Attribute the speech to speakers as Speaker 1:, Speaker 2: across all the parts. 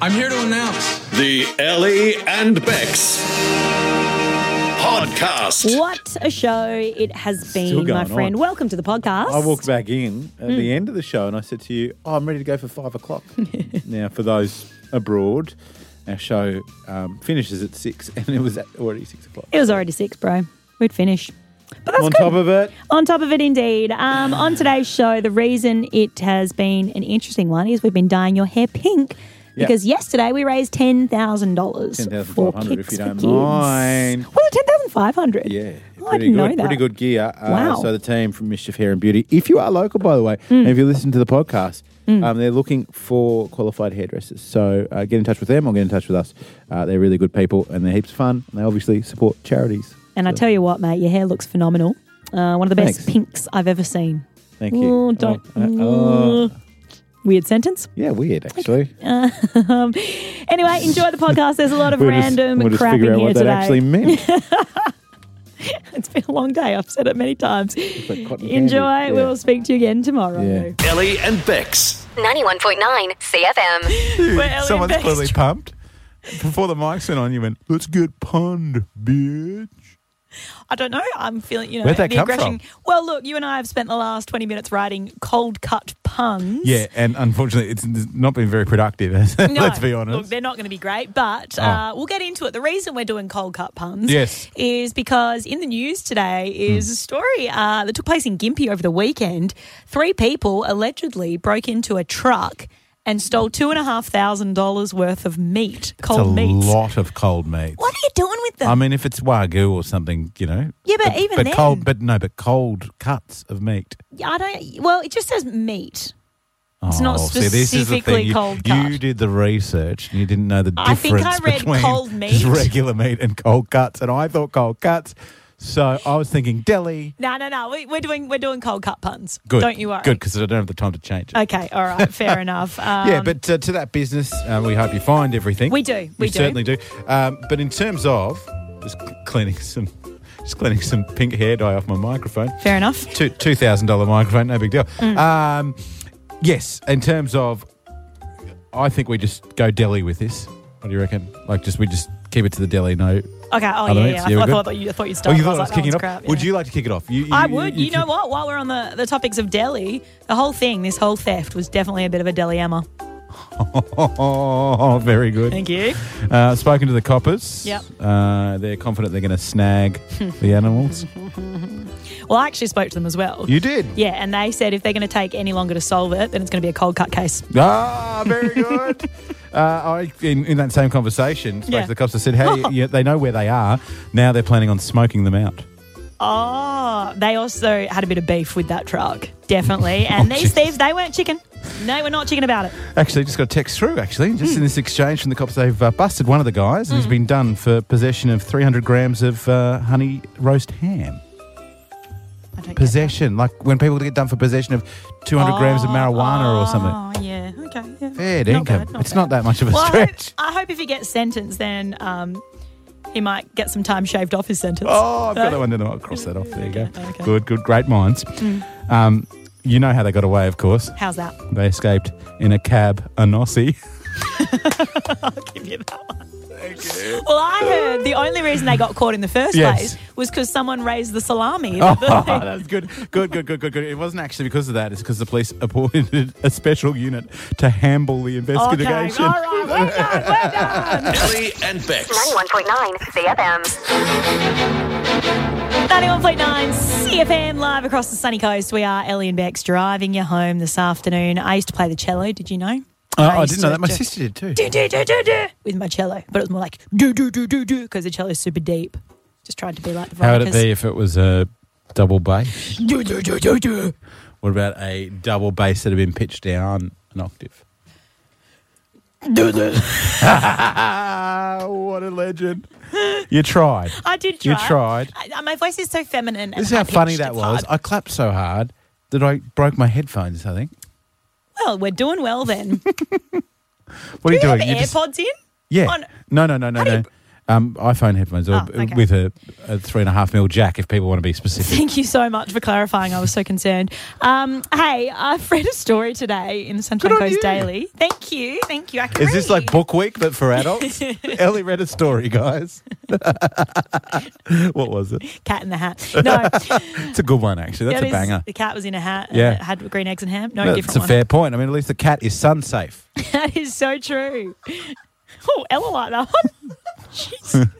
Speaker 1: I'm here to announce.
Speaker 2: The Ellie and Bex podcast.
Speaker 3: What a show it has
Speaker 4: Still
Speaker 3: been,
Speaker 4: going
Speaker 3: my friend.
Speaker 4: on.
Speaker 3: Welcome to the podcast.
Speaker 4: I walked back in at the end of the show and I said to you, oh, I'm ready to go for five o'clock. now, for those abroad, our show um, finishes at six and it was at already six o'clock.
Speaker 3: It was already six, bro. We'd finish. But that's
Speaker 4: On
Speaker 3: good. Oh,
Speaker 4: top of it,
Speaker 3: On top of it, indeed. Um, on today's show, the reason it has been an interesting one is we've been dyeing your hair pink
Speaker 4: Yeah.
Speaker 3: because yesterday we raised ten thousand dollars for
Speaker 4: $10,500,
Speaker 3: kicks
Speaker 4: if you
Speaker 3: for
Speaker 4: don't
Speaker 3: kids.
Speaker 4: mind.
Speaker 3: Was it ten thousand five hundred? Oh, I
Speaker 4: yeah, pretty
Speaker 3: didn't
Speaker 4: good,
Speaker 3: know that.
Speaker 4: pretty good gear. Uh,
Speaker 3: Wow. Mm.
Speaker 4: So the team from Mischief Hair and Beauty, if you are local, by the way, and if you listen to the podcast, um, they're looking for qualified hairdressers. So uh, get in touch with them or get in touch with us. Uh, they're really good people and they're heaps of fun. And they obviously support charities.
Speaker 3: And I
Speaker 4: So,
Speaker 3: tell you what, mate, your hair looks phenomenal. Uh, one of the best
Speaker 4: Thanks.
Speaker 3: pinks I've ever seen.
Speaker 4: thank you.
Speaker 3: Oh, don't-
Speaker 4: Oh, uh, oh.
Speaker 3: Weird sentence.
Speaker 4: Yeah, weird actually.
Speaker 3: Anyway, enjoy the podcast. There's a lot of
Speaker 4: We'll just-
Speaker 3: random
Speaker 4: we'll just
Speaker 3: crap
Speaker 4: figure
Speaker 3: in
Speaker 4: out
Speaker 3: here
Speaker 4: what
Speaker 3: today.
Speaker 4: that actually meant.
Speaker 3: It's been a long day. I've said it many times.
Speaker 4: like cotton candy.
Speaker 3: Enjoy.
Speaker 4: Yeah.
Speaker 3: We will speak to you again tomorrow.
Speaker 4: Yeah.
Speaker 2: Ellie and Bex.
Speaker 5: 91.9 CFM.
Speaker 3: We're Ellie
Speaker 4: Someone's
Speaker 3: Best.
Speaker 4: clearly pumped. Before the mics went on, you went, "Let's get punned, bitch."
Speaker 3: I don't know. I'm feeling, you know,
Speaker 4: Where'd that
Speaker 3: the
Speaker 4: come
Speaker 3: aggression.
Speaker 4: from?
Speaker 3: Well, look, you and I have spent the last 20 minutes writing cold cut puns.
Speaker 4: Yeah, and unfortunately, it's not been very productive.
Speaker 3: No,
Speaker 4: Let's be honest. Oh.
Speaker 3: Look, they're not going to be great, but uh, we'll get into it. The reason we're doing cold cut puns
Speaker 4: Yes. Hmm.
Speaker 3: is because in the news today is a story uh, that took place in Gympie over the weekend. Three people allegedly broke into a truck and stole two and a half thousand dollars worth of meat,
Speaker 4: it's a
Speaker 3: cold meats.
Speaker 4: lot of cold meats.
Speaker 3: What are you doing with them?
Speaker 4: I mean, if it's wagyu or something, you know.
Speaker 3: Yeah, but even
Speaker 4: but
Speaker 3: then-
Speaker 4: cold, but no, but cold cuts of meat.
Speaker 3: I don't. Well, it just says meat. It's not
Speaker 4: Oh,
Speaker 3: specifically
Speaker 4: You,
Speaker 3: cold
Speaker 4: you
Speaker 3: cut.
Speaker 4: did the research and you didn't know the
Speaker 3: I think I
Speaker 4: difference
Speaker 3: read
Speaker 4: between
Speaker 3: cold
Speaker 4: just
Speaker 3: meat.
Speaker 4: regular meat and cold cuts, and I thought cold cuts. So I was thinking deli.
Speaker 3: No, no, no. We, we're doing we're doing cold cut puns.
Speaker 4: Good.
Speaker 3: Don't you worry.
Speaker 4: Good because I don't have the time to change it.
Speaker 3: Okay. All right. Fair enough. Um,
Speaker 4: yeah, but uh, to that business, uh, we hope you find everything.
Speaker 3: We do, we
Speaker 4: we
Speaker 3: do.
Speaker 4: certainly do. Um, but in terms of just cl- cleaning some, just cleaning some pink hair dye off my microphone.
Speaker 3: fair enough.
Speaker 4: Two two thousand dollar microphone, no big deal.
Speaker 3: Mm.
Speaker 4: Um, yes, in terms of, I think we just go deli with this. What do you reckon? Like, just we just keep it to the deli. No,
Speaker 3: Okay. Oh
Speaker 4: Other
Speaker 3: yeah.
Speaker 4: mates?
Speaker 3: yeah.
Speaker 4: Yeah,
Speaker 3: I,
Speaker 4: we're
Speaker 3: thought, I
Speaker 4: good?
Speaker 3: thought you I thought you
Speaker 4: oh,
Speaker 3: started.
Speaker 4: you thought I
Speaker 3: I
Speaker 4: was kicking
Speaker 3: that
Speaker 4: it off?
Speaker 3: one's crap,
Speaker 4: Would
Speaker 3: yeah.
Speaker 4: you like to kick it off? You,
Speaker 3: I would. You, know
Speaker 4: can-
Speaker 3: what? While we're on the, the topics of Delhi, the whole thing, this whole theft was definitely a bit of a Delhi Emma.
Speaker 4: Oh, very good.
Speaker 3: Thank you.
Speaker 4: Uh, spoken to the coppers.
Speaker 3: Yep.
Speaker 4: Uh, they're confident they're going to snag the animals.
Speaker 3: Well, I actually spoke to them as well.
Speaker 4: You did.
Speaker 3: yeah, and they said if they're going to take any longer to solve it, then it's going to be a cold cut case.
Speaker 4: Ah, very good. uh, I, in, in that same conversation, spoke
Speaker 3: Yeah.
Speaker 4: to the cops. I said, "Hey, yeah, they know where they are. Now they're planning on smoking them out."
Speaker 3: Oh, they also had a bit of beef with that truck, definitely. And
Speaker 4: Oh,
Speaker 3: these
Speaker 4: jeez.
Speaker 3: thieves, they weren't chicken. No, we're not chicken about it.
Speaker 4: Actually, just got a text through. Actually, just in
Speaker 3: Hmm.
Speaker 4: this exchange from the cops, they've uh, busted one of the guys, and he's been done for possession of 300 grams of uh, honey roast ham.
Speaker 3: I don't get
Speaker 4: Possession, like when people get done for possession of 200 grams of marijuana or something.
Speaker 3: Oh, yeah. Okay. Yeah.
Speaker 4: Fair
Speaker 3: Not
Speaker 4: dinkum.
Speaker 3: bad, not
Speaker 4: it's
Speaker 3: bad.
Speaker 4: not that much of a
Speaker 3: Well, I hope,
Speaker 4: stretch.
Speaker 3: I hope if he gets sentenced, then um, he might get some time shaved off his sentence.
Speaker 4: Oh, I've got
Speaker 3: Right?
Speaker 4: that one. No, no, I'll cross that off. There you go.
Speaker 3: Okay.
Speaker 4: Good, good, great minds. Um, you know how they got away, of course.
Speaker 3: How's that?
Speaker 4: They escaped in a cab, a Nossie.
Speaker 3: Give you that one. Well, I heard the only reason they got caught in the first
Speaker 4: Yes.
Speaker 3: place was because someone raised the salami.
Speaker 4: Oh, that's good. Good, good, good, good, good. It wasn't actually because of that. It's because the police appointed a special unit to handle the
Speaker 3: okay, all
Speaker 4: investigation.
Speaker 3: right, well done, well done.
Speaker 2: Ellie and Bex.
Speaker 5: 91.9 CFM.
Speaker 3: 91.9 CFM live across the sunny coast. We are Ellie and Bex driving you home this afternoon. I used to play the cello, did you know?
Speaker 4: Oh, I
Speaker 3: used
Speaker 4: didn't
Speaker 3: to
Speaker 4: know that. My
Speaker 3: do-
Speaker 4: sister did too.
Speaker 3: do, do, do, do, do, with my cello, but it was more like do, do, do, do, do, because the cello's super deep. Just tried to be like the
Speaker 4: How would it
Speaker 3: Veronica's.
Speaker 4: be if it was a double bass? What about a double bass that had been pitched down an octave? Oh, what a legend. You tried.
Speaker 3: I did try.
Speaker 4: You tried.
Speaker 3: I, my voice is so feminine. and
Speaker 4: This is how
Speaker 3: high-pitched,
Speaker 4: funny that
Speaker 3: it's
Speaker 4: was.
Speaker 3: hard.
Speaker 4: I clapped so hard that I broke my headphones, I think.
Speaker 3: Well, we're doing well then.
Speaker 4: What are you
Speaker 3: do you
Speaker 4: doing?
Speaker 3: have
Speaker 4: You just-
Speaker 3: AirPods in?
Speaker 4: yeah.
Speaker 3: on-
Speaker 4: no, no, no, no,
Speaker 3: How do you-
Speaker 4: no.
Speaker 1: Um, iPhone headphones or
Speaker 3: Oh, okay.
Speaker 1: with a, a three and a half mil jack if people want to be specific.
Speaker 3: Thank you so much for clarifying. I was so concerned. Um, hey, I've read a story today in the Sunshine
Speaker 1: Good on
Speaker 3: Coast
Speaker 1: you.
Speaker 3: Daily. Thank you. Thank you. I can
Speaker 1: Is this
Speaker 3: read.
Speaker 1: like book week but for adults? Ellie read a story, guys. what was it?
Speaker 3: Cat in the Hat. No.
Speaker 1: It's a good one, actually. That's
Speaker 3: That
Speaker 1: a
Speaker 3: is-
Speaker 1: banger.
Speaker 3: The cat was in a hat. and
Speaker 1: Yeah.
Speaker 3: it had green eggs and ham. No,
Speaker 1: That's
Speaker 3: different
Speaker 1: a
Speaker 3: one.
Speaker 1: fair point. I mean, at least the cat is sun safe.
Speaker 3: That is so true. Oh, Ella liked that one. Jeez.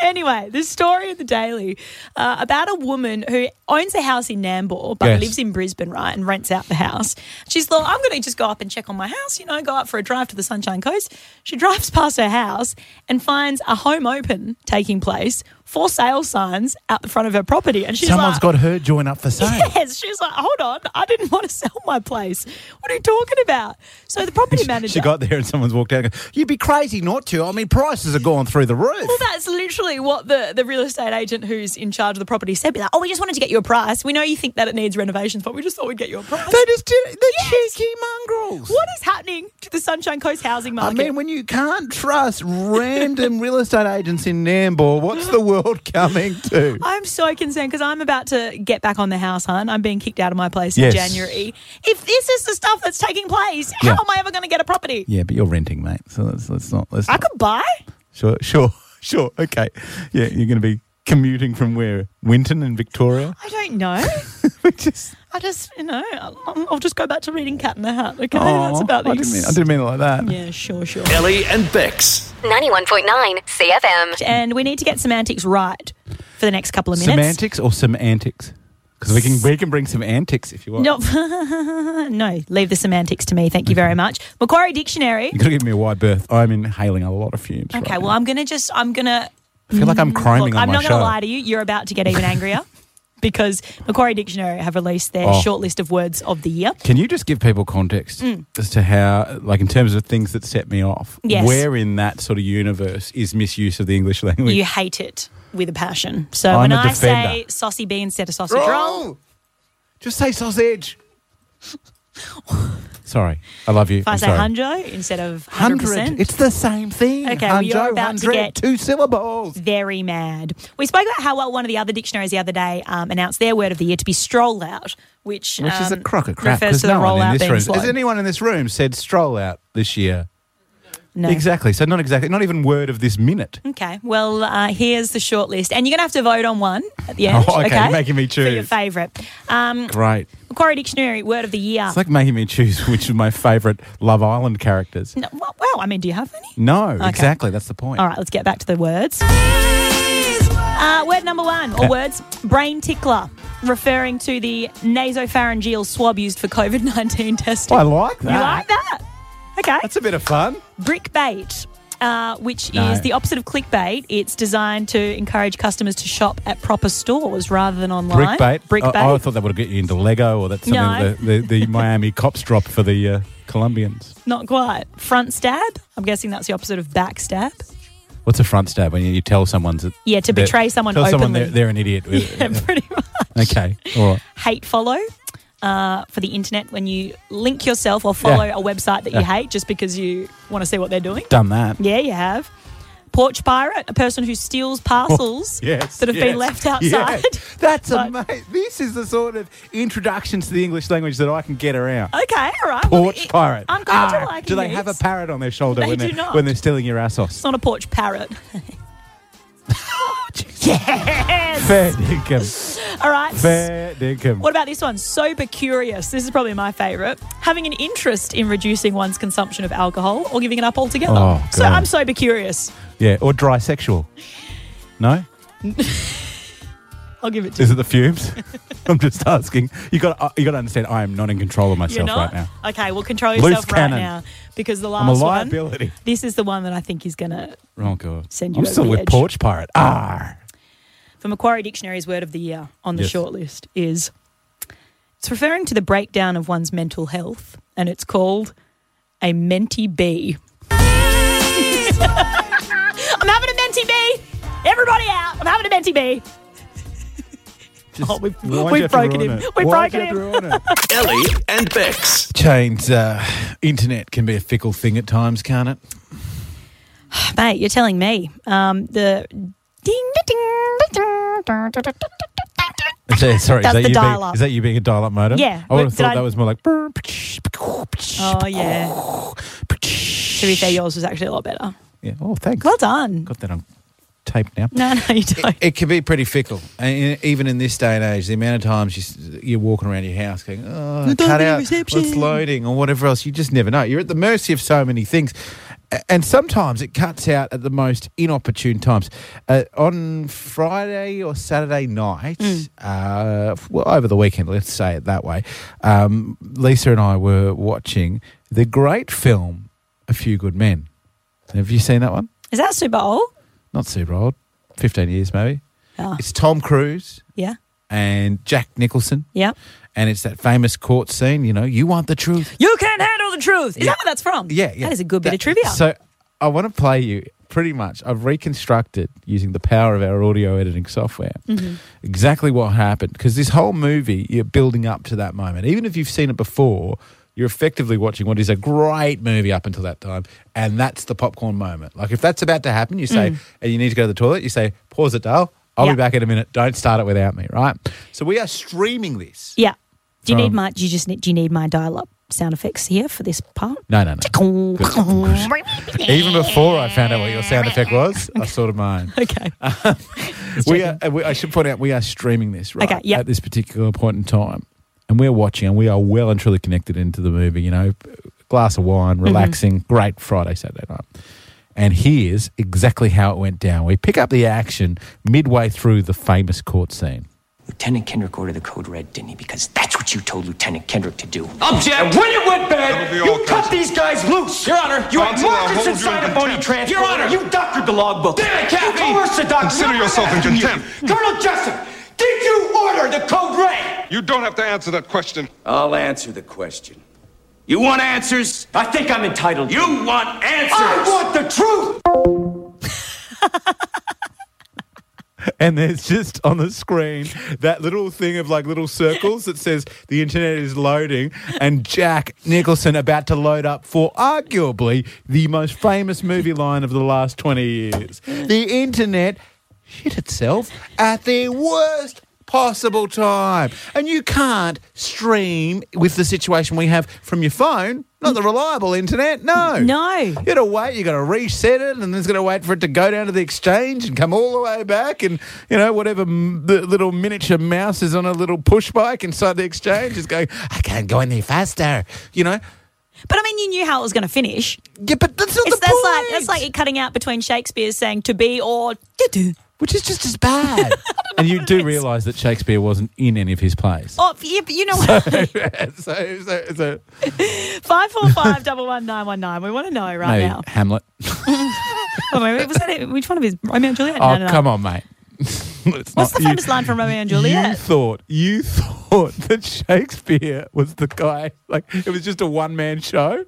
Speaker 3: Anyway, the story of the daily uh, about a woman who owns a house in Nambour but
Speaker 1: Yes.
Speaker 3: lives in Brisbane, right, and rents out the house. She's like, I'm going to just go up and check on my house, you know, go up for a drive to the Sunshine Coast. She drives past her house and finds a home open taking place, for sale signs out the front of her property, and she's
Speaker 1: Someone's
Speaker 3: like,
Speaker 1: got her join up for sale.
Speaker 3: Yes, she was like, hold on, I didn't want to sell my place. What are you talking about? So the property manager.
Speaker 1: She got there and someone's walked out and go, You'd be crazy not to. I mean, prices are going through the roof.
Speaker 3: well, that's literally what the, the real estate agent who's in charge of the property said. Be like, oh, we just wanted to get you a price. We know you think that it needs renovations, but we just thought we'd get you a price.
Speaker 1: They just did the
Speaker 3: Yes.
Speaker 1: cheeky mongrels.
Speaker 3: what is happening to the Sunshine Coast housing
Speaker 1: I
Speaker 3: market?
Speaker 1: mean, when you can't trust random real estate agents in Nambour, what's the world coming to?
Speaker 3: I'm so concerned because I'm about to get back on the house hunt. I'm being kicked out of my place
Speaker 1: Yes.
Speaker 3: in January. If this is the stuff that's taking place,
Speaker 1: Yeah.
Speaker 3: how am I ever going to get a property?
Speaker 1: Yeah, but you're renting, mate. So let's, let's not. Let's
Speaker 3: I
Speaker 1: not-
Speaker 3: could buy.
Speaker 1: Sure, sure, sure. Okay. Yeah, you're going to be commuting from where? Winton and Victoria?
Speaker 3: I don't know.
Speaker 1: We just.
Speaker 3: I just, you know, I'll, I'll just go back to reading Cat in the Hat. Okay, that's
Speaker 1: Aw,
Speaker 3: about the
Speaker 1: I didn't, mean, I didn't mean it like that.
Speaker 3: Yeah, sure, sure.
Speaker 2: Ellie and Bex.
Speaker 5: 91.9 CFM.
Speaker 3: And we need to get semantics right for the next couple of minutes.
Speaker 1: Semantics or some antics? Because we can we can bring some antics if you want.
Speaker 3: No, no, leave the semantics to me. Thank you very much. Macquarie Dictionary.
Speaker 1: You gotta give me a wide berth. I'm inhaling a lot of fumes. right
Speaker 3: Okay,
Speaker 1: now.
Speaker 3: well, I'm going to just, I'm going to,
Speaker 1: I feel like I'm criming
Speaker 3: look,
Speaker 1: on
Speaker 3: I'm
Speaker 1: my
Speaker 3: not
Speaker 1: show.
Speaker 3: going to lie to you. You're about to get even angrier because Macquarie Dictionary have released their
Speaker 1: Oh.
Speaker 3: short list of words of the year.
Speaker 1: Can you just give people context as to how, like, in terms of things that set me off?
Speaker 3: Mm. Yes.
Speaker 1: Where in that sort of universe is misuse of the English language?
Speaker 3: You hate it with a passion. So
Speaker 1: I'm
Speaker 3: when
Speaker 1: a
Speaker 3: I say
Speaker 1: defender.
Speaker 3: saucy bee instead of sausage roll,
Speaker 1: Roll! Just say sausage. sorry, I love you.
Speaker 3: if I
Speaker 1: I'm
Speaker 3: say
Speaker 1: sorry.
Speaker 3: hunjo instead of 100%.
Speaker 1: Hundred. It's the same thing.
Speaker 3: Okay, well, you're
Speaker 1: Hunjo,
Speaker 3: about to
Speaker 1: hundred,
Speaker 3: get-
Speaker 1: two syllables.
Speaker 3: very mad. We spoke about how well one of the other dictionaries the other day um, announced their word of the year to be stroll out, which,
Speaker 1: Which is a
Speaker 3: um,
Speaker 1: crock of crap.
Speaker 3: refers
Speaker 1: 'cause
Speaker 3: to the
Speaker 1: no one
Speaker 3: rollout
Speaker 1: in this
Speaker 3: being
Speaker 1: room.
Speaker 3: slow.
Speaker 1: Has anyone in this room said stroll out this year?
Speaker 3: no.
Speaker 1: Exactly. So not exactly. Not even word of this minute.
Speaker 3: Okay, well, uh, here's the short list. And you're going to have to vote on one at the end.
Speaker 1: Oh, okay, you're making me
Speaker 3: For your
Speaker 1: choose.
Speaker 3: favourite. Um,
Speaker 1: Great.
Speaker 3: Macquarie Dictionary, word of the year.
Speaker 1: It's like making me choose which of my favourite Love Island characters.
Speaker 3: no, well, well, I mean, do you have any?
Speaker 1: No, exactly. That's the point.
Speaker 3: All right, let's get back to the words. Uh, word number one, or
Speaker 1: Yeah.
Speaker 3: words, brain tickler, referring to the nasopharyngeal swab used for COVID 19 testing.
Speaker 1: Oh, I like that.
Speaker 3: You like that? Okay.
Speaker 1: That's a bit of fun.
Speaker 3: Brickbait, uh, which
Speaker 1: No.
Speaker 3: is the opposite of clickbait. It's designed to encourage customers to shop at proper stores rather than online.
Speaker 1: Brickbait. Uh, Oh,
Speaker 3: Brickbait.
Speaker 1: I, I thought that would get you into Lego or that's something
Speaker 3: No.
Speaker 1: that the, the, the Miami cops drop for the uh, Colombians.
Speaker 3: Not quite. Front stab. I'm guessing that's the opposite of backstab.
Speaker 1: What's a front stab when you, you tell someone that
Speaker 3: Yeah, to
Speaker 1: that-
Speaker 3: betray someone
Speaker 1: tell someone
Speaker 3: openly.
Speaker 1: they're, they're an idiot.
Speaker 3: Yeah, pretty much.
Speaker 1: Okay, all right.
Speaker 3: Hate follow. Uh, for the internet, when you link yourself or follow
Speaker 1: Yeah.
Speaker 3: a website that you
Speaker 1: Yeah.
Speaker 3: hate just because you want to see what they're doing.
Speaker 1: Done that.
Speaker 3: Yeah, you have. Porch pirate, a person who steals parcels
Speaker 1: Oh, Yes,
Speaker 3: that have
Speaker 1: yes,
Speaker 3: been left outside.
Speaker 1: yes. That's
Speaker 3: Like-
Speaker 1: amazing. This is the sort of introduction to the English language that I can get around.
Speaker 3: Okay, all right. Well,
Speaker 1: Porch
Speaker 3: Uh, it-
Speaker 1: pirate.
Speaker 3: I'm glad
Speaker 1: Ah,
Speaker 3: you're liking
Speaker 1: Do they
Speaker 3: these.
Speaker 1: have a parrot on their shoulder
Speaker 3: They
Speaker 1: when,
Speaker 3: do
Speaker 1: they're,
Speaker 3: not.
Speaker 1: when they're stealing your assos?
Speaker 3: It's not a porch parrot. yes.
Speaker 1: Fair dinkum.
Speaker 3: All right.
Speaker 1: Fair dinkum.
Speaker 3: What about this one? Sober curious. This is probably my favourite. Having an interest in reducing one's consumption of alcohol or giving it up altogether.
Speaker 1: Oh,
Speaker 3: so
Speaker 1: God.
Speaker 3: I'm sober curious.
Speaker 1: Yeah, or dry sexual. No?
Speaker 3: I'll give it to you.
Speaker 1: Is it the fumes? I'm just asking. You got uh, you got to understand. I am not in control of
Speaker 3: You're
Speaker 1: myself
Speaker 3: not?
Speaker 1: right now.
Speaker 3: Okay, well, control
Speaker 1: Loose
Speaker 3: yourself right
Speaker 1: cannon.
Speaker 3: now because the
Speaker 1: I'm a
Speaker 3: last one.
Speaker 1: liability.
Speaker 3: This is the one that I think is going to,
Speaker 1: Oh god.
Speaker 3: Send you
Speaker 1: I'm
Speaker 3: over
Speaker 1: still
Speaker 3: the
Speaker 1: with
Speaker 3: edge.
Speaker 1: porch pirate. Ah.
Speaker 3: for Macquarie Dictionary's word of the year on the
Speaker 1: Yes.
Speaker 3: short list, is it's referring to the breakdown of one's mental health, and it's called a mentee bee. I'm having a mentee bee. Everybody out. I'm having a mentee bee. Oh, we've-
Speaker 1: Why'd
Speaker 3: we've
Speaker 1: you have to
Speaker 3: broken
Speaker 1: ruin
Speaker 3: him.
Speaker 1: it?
Speaker 3: We've
Speaker 1: Why'd
Speaker 3: broken
Speaker 1: you have to ruin it?
Speaker 2: Ellie and Bex.
Speaker 1: Chains. Uh, internet can be a fickle thing at times, can't it?
Speaker 3: Mate, you're telling me. Um, the ding, ding, ding, ding, ding, ding, ding, ding, ding.
Speaker 1: sorry,
Speaker 3: That's the
Speaker 1: you
Speaker 3: dial
Speaker 1: being,
Speaker 3: up.
Speaker 1: is that you being a dial-up modem?
Speaker 3: Yeah.
Speaker 1: I would have
Speaker 3: Did
Speaker 1: thought
Speaker 3: I-
Speaker 1: that was more like.
Speaker 3: Oh, yeah. To be fair, yours was actually a lot better.
Speaker 1: Yeah. Oh, thanks.
Speaker 3: Well done.
Speaker 1: Got that on tape now.
Speaker 3: No, no, you don't.
Speaker 1: It can be pretty fickle, and even in this day and age, the amount of times you, s- you're walking around your house going, "Oh,
Speaker 3: don't
Speaker 1: cut
Speaker 3: get a
Speaker 1: out what's
Speaker 3: reception."
Speaker 1: loading or whatever else," you just never know. You're at the mercy of so many things, A- and sometimes it cuts out at the most inopportune times. Uh, on Friday or Saturday night, uh, f- well, over the weekend, let's say it that way, um, Lisa and I were watching the great film "A Few Good Men." Have you seen that one?
Speaker 3: Is that Super Bowl?
Speaker 1: Not super old, fifteen years maybe.
Speaker 3: Oh,
Speaker 1: It's Tom Cruise
Speaker 3: yeah.
Speaker 1: and Jack Nicholson,
Speaker 3: Yeah.
Speaker 1: and it's that famous court scene. You know, you want the truth.
Speaker 3: You can't handle the truth. Is that where that's from?
Speaker 1: Yeah, yeah.
Speaker 3: That is a good bit of
Speaker 1: That-
Speaker 3: trivia.
Speaker 1: So I want to play you pretty much. I've reconstructed using the power of our audio editing software
Speaker 3: Mm-hmm.
Speaker 1: exactly what happened because this whole movie you're building up to that moment. Even if you've seen it before. You're effectively watching what is a great movie up until that time, and that's the popcorn moment. Like if that's about to happen, you say, and you need to go to the toilet, you say, pause it, Dale. I'll
Speaker 3: Mm. Yeah.
Speaker 1: be back in a minute. Don't start it without me, right? So we are streaming this.
Speaker 3: yeah. Do you need
Speaker 1: Um,
Speaker 3: my? Do you just need? Do you need my dial-up sound effects here for this part?
Speaker 1: No, no, no. Even before I found out what your sound effect was, I sort of mine.
Speaker 3: Okay.
Speaker 1: We uh, are, we, I should point out we are streaming this right
Speaker 3: Okay, yep.
Speaker 1: at this particular point in time, and we're watching, and we are well and truly connected into the movie. You know, glass of wine,
Speaker 3: Mm-hmm.
Speaker 1: relaxing, great Friday Saturday night. And here's exactly how it went down. We pick up the action midway through the famous court scene.
Speaker 6: Lieutenant Kendrick ordered the code red, didn't he? Because that's what you told Lieutenant Kendrick to do.
Speaker 7: Object! And when it went bad, you cut these guys loose! Your Honor, you had
Speaker 8: Counsel, I'll
Speaker 7: Marcus
Speaker 8: hold you in
Speaker 7: inside a
Speaker 8: contempt.
Speaker 7: phony transfer! Your Honor, you doctored the logbook! Damn it,
Speaker 8: Kathy!
Speaker 7: You coerced the doctor!
Speaker 8: Consider
Speaker 7: No one
Speaker 8: yourself in
Speaker 7: asked you.
Speaker 8: contempt.
Speaker 7: Colonel Jessup, did you order the code red?
Speaker 8: You don't have to answer that question.
Speaker 9: I'll answer the question. You want answers?
Speaker 7: I think I'm entitled.
Speaker 9: You want answers?
Speaker 7: I want the truth!
Speaker 1: And there's just on the screen that little thing of like little circles that says the internet is loading, and Jack Nicholson about to load up for arguably the most famous movie line of the last 20 years. The internet shit itself at the worst possible time. And you can't stream with the situation we have from your phone, not the reliable internet, no.
Speaker 3: No.
Speaker 1: You gotta wait, you gotta reset it, and then it's gonna wait for it to go down to the exchange and come all the way back. And, you know, whatever m- the little miniature mouse is on a little push bike inside the exchange is going, I can't go in there faster, you know?
Speaker 3: But I mean, you knew how it was going to finish.
Speaker 1: Yeah, but that's not
Speaker 3: It's,
Speaker 1: the
Speaker 3: that's
Speaker 1: point.
Speaker 3: like that's like it cutting out between Shakespeare's saying "to be" or "to do."
Speaker 1: Which is just as bad. and you do realise that Shakespeare wasn't in any of his plays.
Speaker 3: Oh, yeah, but you know what?
Speaker 1: so, so, so
Speaker 3: Five four five double one nine one nine. We want to know right
Speaker 1: maybe
Speaker 3: now.
Speaker 1: Hamlet.
Speaker 3: Oh, wait, was that it? Which one of his Romeo and Juliet?
Speaker 1: Oh,
Speaker 3: no, no, no.
Speaker 1: come on, mate. It's
Speaker 3: What's
Speaker 1: not-
Speaker 3: the famous line from Romeo and
Speaker 1: Uh, You
Speaker 3: Juliet?
Speaker 1: thought you thought that Shakespeare was the guy. Like it was just a one man show.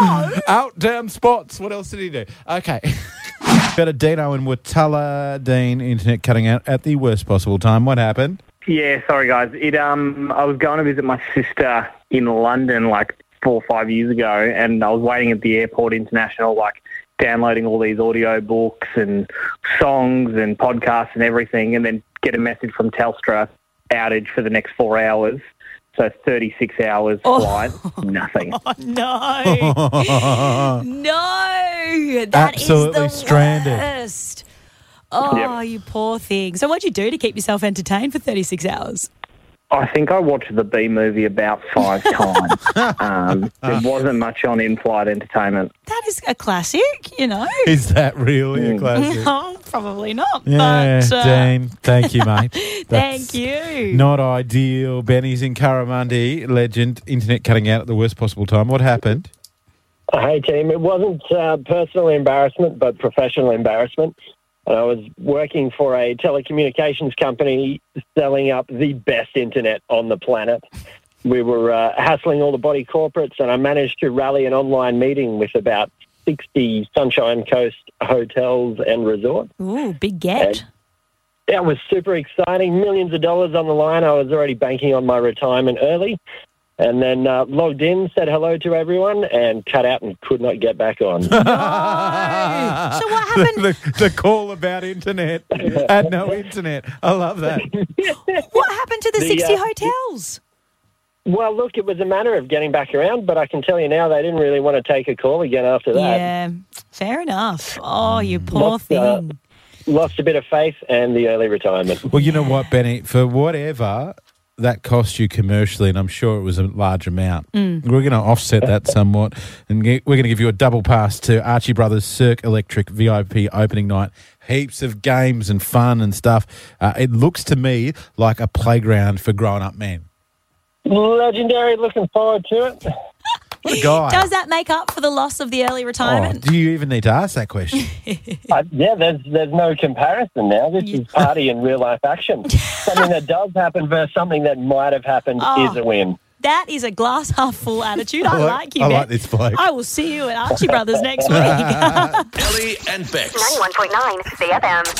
Speaker 3: No.
Speaker 1: Out damn spots. What else did he do? Okay. Got a Dino and Watala Dean internet cutting out at the worst possible time. What happened?
Speaker 10: Yeah, sorry guys. It um, I was going to visit my sister in London like four or five years ago, and I was waiting at the airport international, like downloading all these audio books and songs and podcasts and everything, and then get a message from Telstra outage for the next four hours. So thirty six hours flight, nothing.
Speaker 3: No. no. that is
Speaker 1: Absolutely
Speaker 3: the
Speaker 1: stranded.
Speaker 3: worst. Oh, you poor thing. So what'd you do to keep yourself entertained for 36 hours?
Speaker 10: I think I watched the B movie about five times. um, there wasn't much on in flight entertainment.
Speaker 3: That is a classic, you know.
Speaker 1: Is that really a classic?
Speaker 3: Oh, probably not.
Speaker 1: Yeah,
Speaker 3: but uh,
Speaker 1: Dean. Thank you, mate. That's
Speaker 3: thank you.
Speaker 1: Not ideal. Benny's in Karamundi. Legend. Internet cutting out at the worst possible time. What happened?
Speaker 11: Hey, team. It wasn't uh, personal embarrassment, but professional embarrassment. And I was working for a telecommunications company selling up the best internet on the planet. We were uh, hassling all the body corporates, and I managed to rally an online meeting with about 60 Sunshine Coast hotels and resorts.
Speaker 3: Ooh, big get.
Speaker 11: That was super exciting. Millions of dollars on the line. I was already banking on my retirement early.
Speaker 10: and then uh, logged in, said hello to everyone, and cut out and could not get back on. Uh,
Speaker 3: So what happened?
Speaker 1: the, the call about internet and no internet. I love that.
Speaker 3: what happened to the,
Speaker 10: The,
Speaker 3: 60
Speaker 10: uh,
Speaker 3: hotels?
Speaker 10: well, look, it was a matter of getting back around, but I can tell you now they didn't really want to take a call again after that.
Speaker 3: Yeah, fair enough. Oh, you poor
Speaker 10: Lots, uh,
Speaker 3: thing.
Speaker 10: Lost a bit of faith and the early retirement.
Speaker 1: Well, you know what, Benny? For whatever that cost you commercially, and I'm sure it was a large amount,
Speaker 3: Mm.
Speaker 1: we're going to offset that somewhat. And ge- we're going to give you a double pass to Archie Brothers Cirque Electric VIP opening night. Heaps of games and fun and stuff. Uh, it looks to me like a playground for grown up men.
Speaker 10: Legendary, looking forward to it.
Speaker 1: What a guy.
Speaker 3: Does that make up for the loss of the early
Speaker 1: Oh,
Speaker 3: retirement?
Speaker 1: do you even need to ask that question?
Speaker 10: Uh, yeah, there's there's no comparison now. This is party and real life action. something that does happen versus something that might have happened
Speaker 3: Oh.
Speaker 10: is a win.
Speaker 3: That is a glass half full attitude. I,
Speaker 1: I like-
Speaker 3: like you,
Speaker 1: I
Speaker 3: man.
Speaker 1: like this bloke.
Speaker 3: I will see you at Archie Brothers next week.
Speaker 2: Ellie and Bex.
Speaker 5: Ninety-one point nine CFM.